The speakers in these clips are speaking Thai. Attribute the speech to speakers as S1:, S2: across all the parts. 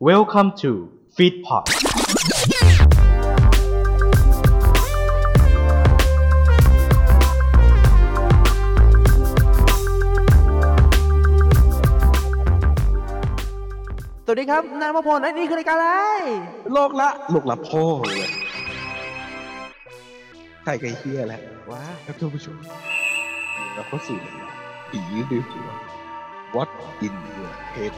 S1: Welcome to Feedpot
S2: สวัสดีครับนายมพลไอ้นี่คือรายการอะไร
S3: โลกละโลกละพ่อเลยใครใครเฮียแล้ว
S2: ว้า
S3: ครับท่านผู้ชมเราก็สู่รายการผีดื้อหัว What in your head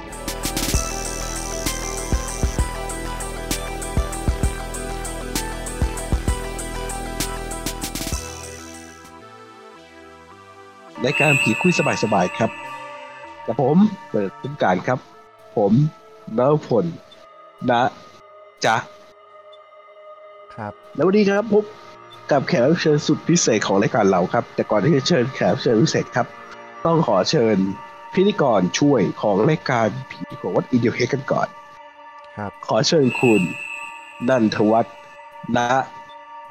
S3: รายการผีคุยสบายๆครับกับผมเปิดตุ้มการครับ ผมนวพลนะจ๊ะ
S2: ครับ
S3: แล้ววันนี้ครับพบกับแขกรับเชิญสุดพิเศษของรายการเราครับ แต่ก่อนที่จะเชิญแขกรับเชิญพิเศษครับ ต้องขอเชิญพิธีกรช่วยของรายการผีของวัดอินเดียเฮกันก่อน
S2: ครับ
S3: ขอเชิญคุณนันทวัฒน์ณ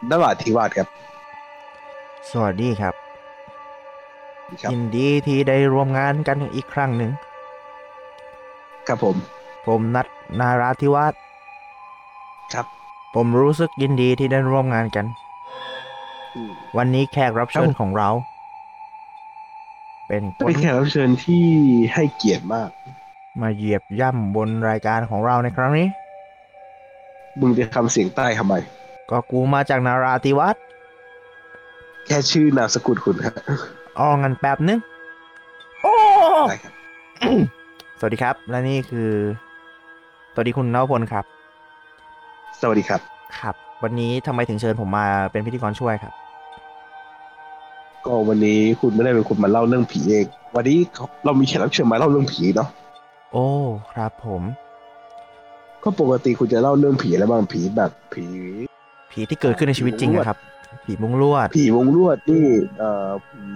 S3: นราธิวาสครับ
S2: สวัสดีครับ
S3: ครับ
S2: ยินดีที่ได้ร่วมงานกันอีกครั้งหนึ่ง
S3: ครับผม
S2: ผมนัดนาราธิวาส
S3: ครับ
S2: ผมรู้สึกยินดีที่ได้ร่วมงานกัน
S3: อืม
S2: วันนี้แขกรับเชิ
S3: ค
S2: ญ
S3: รับ
S2: ของเรา เป็นค
S3: เป็น นแขกรับเชิญที่ให้เกียรติมาก
S2: มาเหยียบย่ำบนรายการของเราในครั้งนี้
S3: มึงจะทำเสียงใต้ทำไม
S2: ก็กูมาจากนาราธิวาส
S3: แค่ชื่อนามสกุลคุณฮะ
S2: อ้องันแป๊บนึงโอ้
S3: ได้ครับ
S2: สวัสดีครับ และนี่คือ สวัสดีคุณนวพลครับ
S3: สวัสดีครับ
S2: ครับ วันนี้ทำไมถึงเชิญผมมาเป็นพิธีกรช่วยครับ
S3: ก็วันนี้คุณไม่ได้เป็นคนมาเล่าเรื่องผีเอง วันนี้เขาเรามีแขกรับเชิญมาเล่าเรื่องผีเนาะ
S2: โอ้ ครับผม
S3: ก็ปกติคุณจะเล่าเรื่องผีอะไรบ้างผีแบบผี
S2: ผีที่เกิดขึ้นในชีวิตจริงนะครับ ผีมุงลวด
S3: ผีวงลวดนี่เอ่อผี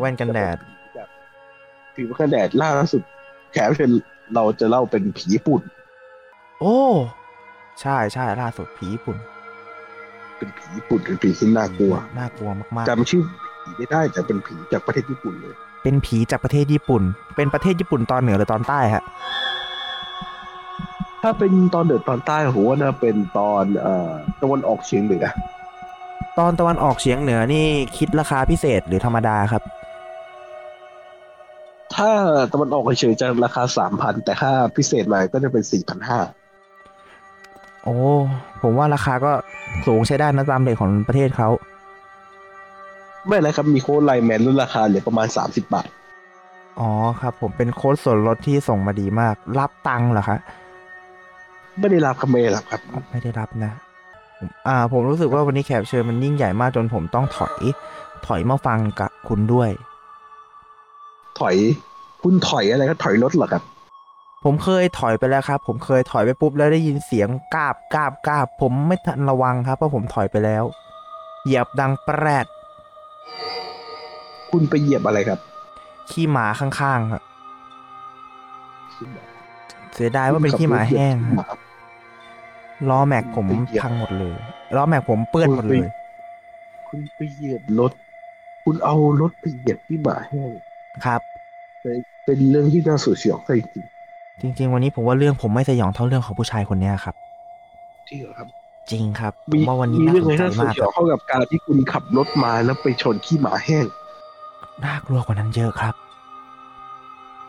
S2: แว่นกันแดด
S3: แบบผีแว่นกันแดดล่าสุด แขกรับเชิญเราจะเล่าเป็นผีญี่ปุ่น
S2: โอ้ ใช่ใช่ล่าสุดผีญี่ปุ่น
S3: เป็นผีญี่ปุ่นเป็นผีที่น่ากลัว
S2: น่ากลัวมาก
S3: จำชื่อผีไม่ได้แต่เป็นผีจากประเทศญี่ปุ่นเลย
S2: ๆ เป็นผีจากประเทศญี่ปุ่น เป็นประเทศญี่ปุ่นตอนเหนือหรือตอนใต้ฮะ
S3: ถ้าเป็นตอนเดือดตอนใต้ผมว่าน่าเป็นตอนเอ่อตะวันออกเฉียงเหนือ
S2: ตอนตะวันออกเฉียงเหนือนี่คิดราคาพิเศษหรือธรรมดาครับ
S3: ถ้าตะวันออกเฉยๆจะราคาสามพันแต่ถ้าพิเศษหน่อยก็จะเป็นสี่พันห้า
S2: โอ้ ผมว่าราคาก็สูงใช้ได้นะตามเรทของประเทศเขา
S3: ไม่นะครับ มีโค้ดไลน์แมนลดราคาเหลือประมาณ 30 บาท
S2: อ๋อครับผมเป็นโค้ดส่วนลดที่ส่งมาดีมาก รับตังค์เหรอคะ
S3: ไม่ได้รับคำเมรับครับ
S2: ไม่ได้รับนะผมอ่า ผมรู้สึกว่าวันนี้แขกเชิญมันยิ่งใหญ่มากจนผมต้องถอย ถอยมาฟังกับคุณด้วย
S3: ถอยคุณถอยอะไรก็ถอยรถเหรอครับ
S2: ผมเคยถอยไปแล้วครับ ผมเคยถอยไปปุ๊บแล้วได้ยินเสียงกราบกราบกราบ ผมไม่ทันระวังครับเพราะผมถอยไปแล้ว เหยียบดังแปรด
S3: คุณไปเหยียบอะไรครับ
S2: ขี้หมาข้างๆอะเสียดายว่าเป็นขี้หมาแห้ง
S3: คุณขับรถเหยียบห
S2: ฮะ
S3: มา
S2: ล้อแม็กผม
S3: ไปเหยียบ
S2: พังหมดเลยล้อแม็กผมเปื้อนหมดเลย
S3: คุณไปเหยียบรถ คุณเอารถไปเหยียบที่หมาแห้ง
S2: ครับ
S3: เป็นเรื่องที่น่าสุดสยองใจจริง
S2: จริง ๆ วันนี้ผมว่าเรื่องผมไม่สยองเท่าเรื่องของผู้ชายคนเนี้ยครับ
S3: จริงเหรอครับ
S2: จริงครับผ
S3: มี
S2: มว่าวันนี้
S3: มี
S2: น่า
S3: เรื่
S2: ส
S3: อง
S2: น
S3: อะไร
S2: ใจ
S3: น่าสุด
S2: มากค
S3: สยอ
S2: รั
S3: ง
S2: บ
S3: เท่ากับการที่คุณขับรถมาแล้วไปชนขี้หมาแห้ง
S2: น่ากลัวกว่านั้นเยอะครับ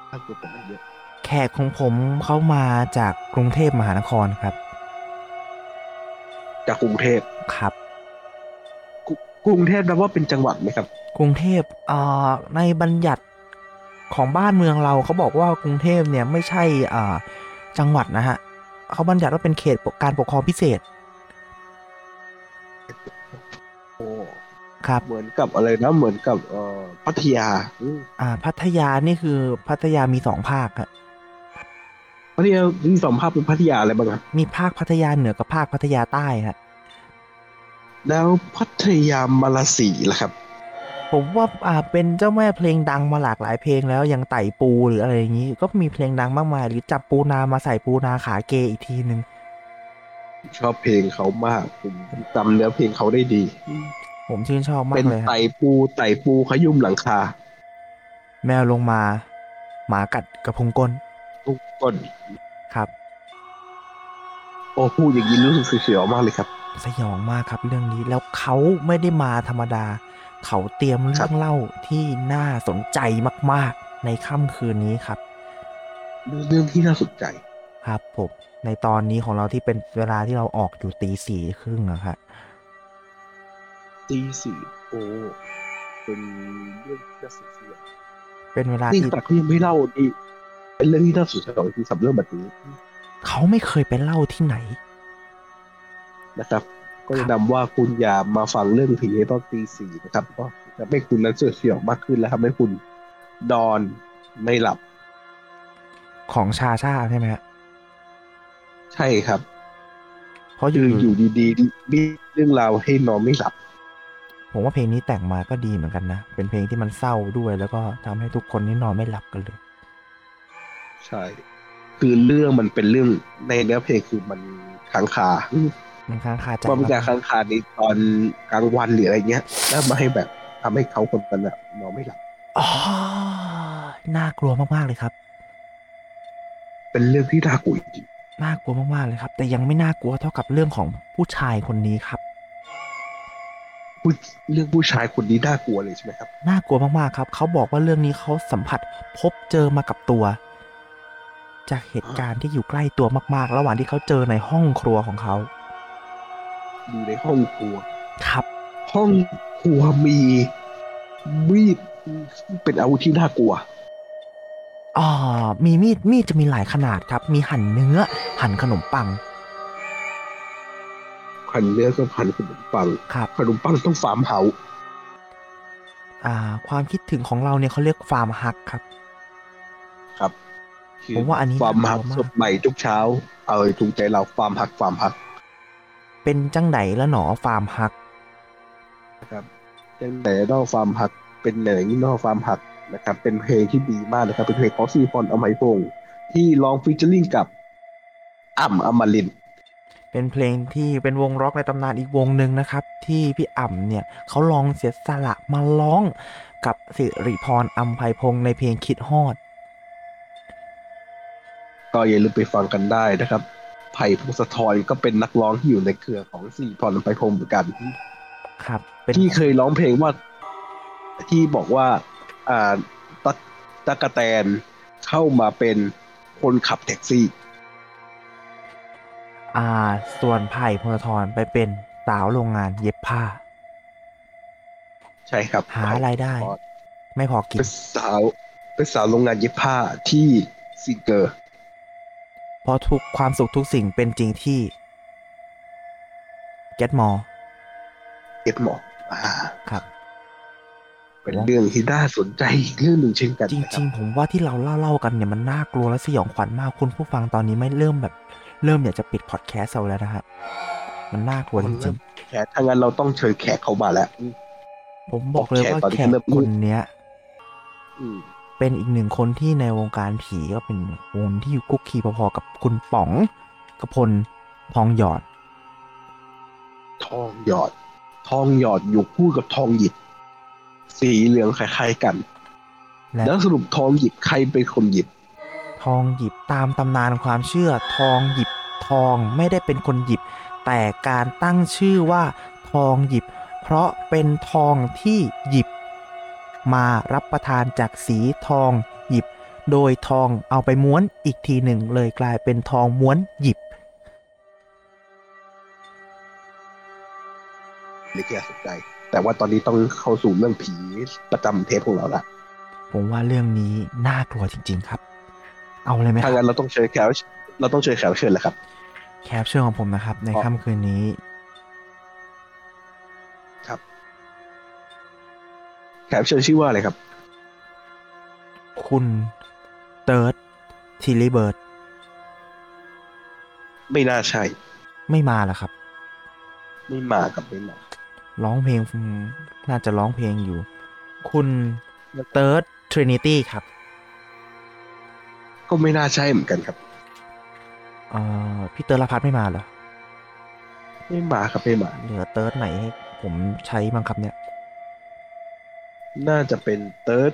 S3: น่ากลัวไปเยอะ
S2: แขกของผมเขามาจากกรุงเทพมหานครครับ
S3: จากกรุงเทพ
S2: ครับ
S3: กรุงเทพนับว่าเป็นจังหวัดไหมครับ
S2: กรุงเทพเอ่อในบัญญัติของบ้านเมืองเราเขาบอกว่ากรุงเทพเนี่ยไม่ใช่เอ่อจังหวัดนะฮะเขาบัญญัติว่าเป็นเขตปกการปกครองพิเศษ
S3: โอ้
S2: ครับ
S3: เหมือนกับอะไรนะเหมือนกับเอ่อพัทยาอืม
S2: อ่าพัทยานี่คือพัทยามีสองภาคอะ
S3: พัทยามีสองภาพเป็นพัทยาอะไรบ้างครับ
S2: มีภาคพัทยาเหนือกับภาคพัทยาใต้ฮะ
S3: แล้วพัทยามาลาสีล่ะครับ
S2: ผมว่าอ่าเป็นเจ้าแม่เพลงดังมาหลากหลายเพลงแล้วอย่างไต่ปูหรืออะไรอย่างนี้ ก็มีเพลงดังมากมายหรือจับปูนามาใส่ปูนาขาเกอีกทีหนึ่ง
S3: ชอบเพลงเขามากผมจำเนื้อเพลงเขาได้ดี
S2: ผมชื่นชอบมา
S3: เป็
S2: ก
S3: น
S2: เลยฮะ
S3: ไต่ปูไต่ปูขยุ่มหลังคา
S2: แมวลงมา หมากัดกระพุ้งก้น
S3: ทุกคน
S2: ครับ
S3: โอ้พูดอย่างนี้รู้สึกเสียวๆมากเลยครับ
S2: สยองมากครับเรื่องนี้แล้วเขาไม่ได้มาธรรมดา เขาเตรียมเรื่องเล่าที่น่าสนใจมากๆ ในค่ำคืนนี้ครับ
S3: เรื่องที่น่าสนใจ
S2: ครับผมในตอนนี้ของเราที่เป็นเวลาที่เราออกอยู่ตีสี่ครึ่งอะครับ
S3: ตีสี่โอ้เป็นเรื่องที่น่าสนใจ
S2: เป็นเวลา
S3: นี่
S2: ที่
S3: แต่เขายังไม่เล่าอีกเป็นเรื่องที่น่าสนใจของที่สำหรับเรื่องแบบนี้
S2: เขาไม่เคยไปเล่าที่ไหน
S3: นะครับ ก็แนะนำว่าคุณอย่ามาฟังเรื่องผีในตอนตีสี่นะครับเพราะจะให้คุณนั้นเสียวๆมากขึ้นและทำให้คุณนอนไม่หลับ
S2: ของชาชาใช่ไหมฮะ
S3: ใช่ครับ
S2: เพราะอ
S3: คื
S2: ยู่
S3: ออยู่ดีๆมีเรื่องราวให้นอนไม่หลับ
S2: ผมว่าเพลงนี้แต่งมาก็ดีเหมือนกันนะ เป็นเพลงที่มันเศร้าด้วย แล้วก็ทำให้ทุกคนนี่นอนไม่หลับกันเลย
S3: ใช่ คือเรื่องมันเป็นเรื่องในเนื้อเพลงคือมันค้างคา
S2: มันค้างคาใจ
S3: ว่ามีการ
S2: มก
S3: ค้างคาในตอนกลางวันหรืออะไรเงี้ย แล้วมาให้แบบทำให้เขาคนนั้นอะนอนไม่หลับ
S2: อ๋อน่ากลัวมากๆเลยครับ
S3: เป็นเรื่องที่น่ากลัวจริง
S2: น่ากลัวมากๆเลยครับ แต่ยังไม่น่ากลัวเท่ากับเรื่องของผู้ชายคนนี้ครับ
S3: ๆพูดเรื่องผู้ชายคนนี้น่ากลัวเลยใช่ไหมครับ
S2: น่ากลัวมากๆครับ เขาบอกว่าเรื่องนี้เขาสัมผัสพบเจอมากับตัว จากเหตุการณ์ที่อยู่ใกล้ตัวมากๆ ระหว่างที่เขาเจอในห้องครัวของเขา
S3: อยู่ในห้องครัว
S2: ครับ
S3: ห้องครัวมีมีดเป็นอาวุธที่น่ากลัว
S2: อ่ามีมีดมีดจะมีหลายขนาดครับ มีหั่นเนื้อ หั่นขนมปัง
S3: ขันเนื้อกับขันขนมปัง
S2: ครับ
S3: ขนมปังต้องฟาร์มเฮาส์
S2: อ่าความคิดถึงของเราเนี่ยเขาเรียกฟาร์มฮักครับ
S3: คือ
S2: ผมว่าอันนี้
S3: ฟาร์ม
S2: น่า
S3: ฮั
S2: ก
S3: ก
S2: ลัวมาก
S3: สดใหม่ทุกเช้า เอาเลยถูกใจเราฟาร์มฮักฟาร์มฮัก
S2: เป็นจังไดและหนอฟาร์มฮัก
S3: เป็นไหนนอกฟาร์มหัก เป็นไหนนอกฟาร์มหักนะครับ เป็นเพลงที่ดีมากนะครับ เป็นเพลงของซีพอนอมัยพงศ์ที่ร้องฟีเจอริ่งกับอ่ำอมรินทร์
S2: เป็นเพลงที่เป็นวงร็อกในตำนานอีกวงหนึ่งนะครับ ที่พี่อ่ำเนี่ยเขาลองเสียสละมาร้องกับสิริพรอัมไพพงษ์ในเพลงคิดฮอด
S3: ก็อย่าลืมไปฟังกันได้นะครับ ไผ่พงศธรก็เป็นนักร้องที่อยู่ในเครือของซีพอนอมัยพงศ์เหมือนกัน
S2: ครับ เป็น
S3: ที่เคยร้องเพลงว่า ที่บอกว่า อ่าตักตะกะแตนเข้ามาเป็นคนขับแท็กซี่
S2: อาส่วนไผ่พงศธรไปเป็นสาวโรงงานเย็บผ้า
S3: ใช่ครับ
S2: หารายได้ ไม่พอกิน
S3: เป็นสาวเป็นสาวโรงงานเย็บผ้าที่ซิงเกอร์
S2: เพราะทุกความสุขทุกสิ่งเป็นจริงที่ g e t m o r e
S3: เอ็ดหมอกอ่า
S2: ครับ
S3: เป็นเรื่องที่น่าสนใจอีกเรื่องหนึ่งเช่นกัน
S2: จ
S3: นะค
S2: ริ
S3: บ
S2: ง ๆ ผมว่าที่เราเล่าๆกันเนี่ยมันน่ากลัวและสยองขวัญมากคุณผู้ฟังตอนนี้ไม่เริ่มแบบ เริ่มอยากจะปิดพอดแคสต์เอาแล้วนะฮะมันน่ากลัวจริง
S3: แขกถ้างั้นเราต้องเชิญแขกเขามาแล้ว
S2: ๆผมบอกเลยว่า
S3: ตอนนี้
S2: แขก
S3: เริ่มมื
S2: ค
S3: ด
S2: นเนี้ย
S3: อืม
S2: เป็นอีกหนึ่งคนที่ในวงการผีก็เป็นวงที่อยู่คุกคีพอๆกับคุณป๋องกพลทองหยอด
S3: ทองหยอด ทองหยอดอยู่คู่กับทองหยิบ สีเหลืองคล้ายๆกัน
S2: และ
S3: แล้วสรุปทองหยิบใครเป็นคนหยิบ
S2: ทองหยิบตามตำนานความเชื่อ ทองหยิบทองไม่ได้เป็นคนหยิบ แต่การตั้งชื่อว่าทองหยิบ เพราะเป็นทองที่หยิบ มารับประทานจากสีทองหยิบ โดยทองเอาไปม้วนอีกทีหนึ่งเลยกลายเป็นทองม้วนหยิบ
S3: หรือที่น่าสนใจ แต่ว่าตอนนี้ต้องเข้าสู่เรื่องผีประจำเทปของเราละ
S2: ผมว่าเรื่องนี้น่ากลัวจริง ๆ ครับ เอาเลยไหมค
S3: ถ้า
S2: รับ
S3: งั้นเราต้องเชิญแขกเราต้องเชิญแขกรับเชิญแล้วครับ
S2: แคปเชิญของผมนะครับ ใน
S3: ครับ
S2: ค่ำคืนนี้
S3: แขกรับเชิญชื่อว่าอะไรครับ
S2: คุณเติร์ดทีริเบิร์ด
S3: ไม่น่าใช่
S2: ไม่มาเหรอครับ
S3: ไม่มากับไม่มา
S2: ร้องเพลงน่าจะร้องเพลงอยู่ คุณเติร์ดทรินิตี้ครับ
S3: ก็ไม่น่าใช่เหมือนกันครับ
S2: เอ่อพี่เติร์ดละพัดไม่มาเหรอ
S3: ไม่มาครับไม่มา
S2: เหลือเติร์ดไหนให้ผมใช้บ้างครับเนี่ย
S3: น่าจะเป็นเติร์ด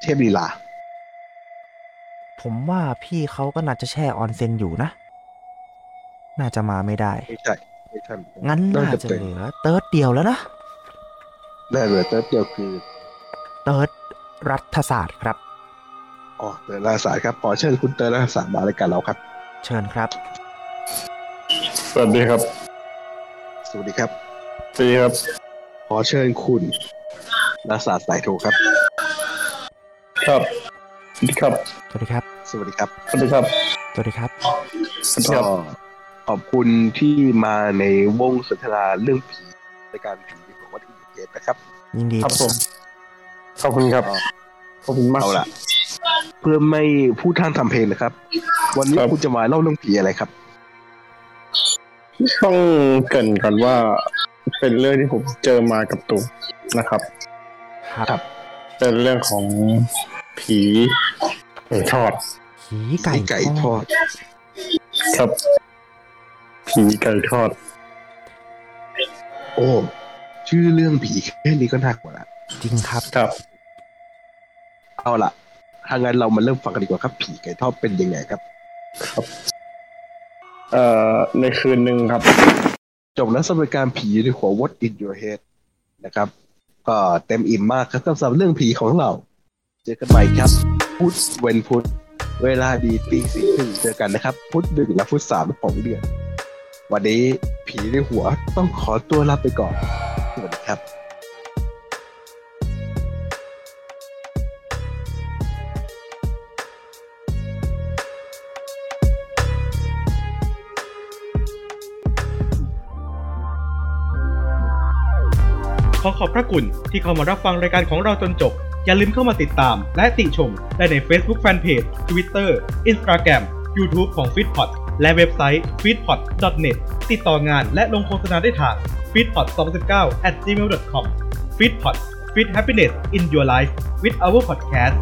S3: เทพลีลา
S2: ผมว่าพี่เขาก็น่าจะแช่ออนเซนอยู่นะ น่าจะมาไม่ได้
S3: ไม่ใช่ไม่ใช่
S2: งั้นน่าจะเหลือเติร์ดเดียวแล้วนะ
S3: ได้เหลือเติร์ดเดียวคือ
S2: เติร์ดรัฐศาสตร์ครับ
S3: อ๋อเติร์ดราศาสตร์ครับขอเชิญคุณเติร์ดราศาสตร์มารายการเราครับ
S2: เชิญครับ
S4: สวัสดีครับ
S3: สวัสดีครับ
S4: สวัสดีครับ
S3: ขอเชิญคุณราศาสตร์สายโทรครับ
S4: ครับสวัสดีครับ
S2: สวัสดีครับ
S3: สวัสดีครับ
S4: สวัสดีครับ
S2: สวัสดีครับ
S4: สวัสดีค
S3: ก็
S4: รับ
S3: ขอบคุณที่มาในวงสนทนาเรื่องผีในการผีของวัตถุเกตนะครับ
S2: ยินดี
S4: ครับผมขอบคุณครับขอบคุณมาก
S3: เอาล่ะ เพื่อไม่พูดท่านทำเพลงนะครับ วันนี้
S4: ครับ
S3: คุณจะมาเล่าเรื่องผีอะไรครับ
S4: ต้องเกรินก่อนว่าเป็นเรื่องที่ผมเจอมากับตัวนะครับ
S2: ครับ
S3: ครับ
S4: เป็นเรื่องของผีไก่ทอด
S2: ผีไก่
S3: ผีไก่ทอด
S4: ครับ ผีไก่ทอด
S3: โอ้ชื่อเรื่องผีแค่นี้ก็น่ากลัวละ
S2: จริงครับ
S4: ครับ
S3: เอาล่ะถ้างั้นเรามาเริ่มฟังกันดีกว่าครับ ผีไก่ทอดเป็นยังไงครับ
S4: เอ่อ ในคืนหนึ่งครับ
S3: จบแล้วสำหรับการผีในหัว What in your head นะครับ ก็เต็มอิ่มมากครับกับสำหรับเรื่องผีของเรา เจอกันใหม่ครับ พุธเวนพุธเวลาดีตีสี่ครึ่งเจอกันนะครับ พุธหนึ่งและพุธสามของเดือน วันนี้ผีในหัวต้องขอตัวลาไปก่อน สวัสดีครับ
S1: ขอขอบพระคุณที่เข้ามารับฟังรายการของเราจนจบ อย่าลืมเข้ามาติดตาม และติชม ได้ใน Facebook Fanpage Twitter Instagram YouTube ของ f e e d p o t และเว็บไซต์ f e e d p o t n e t ติดต่องานและลงโฆษณาได้ทาง f e e d p o t 2019 at gmail.com f e e d p o t f e e d happiness in your life with our podcast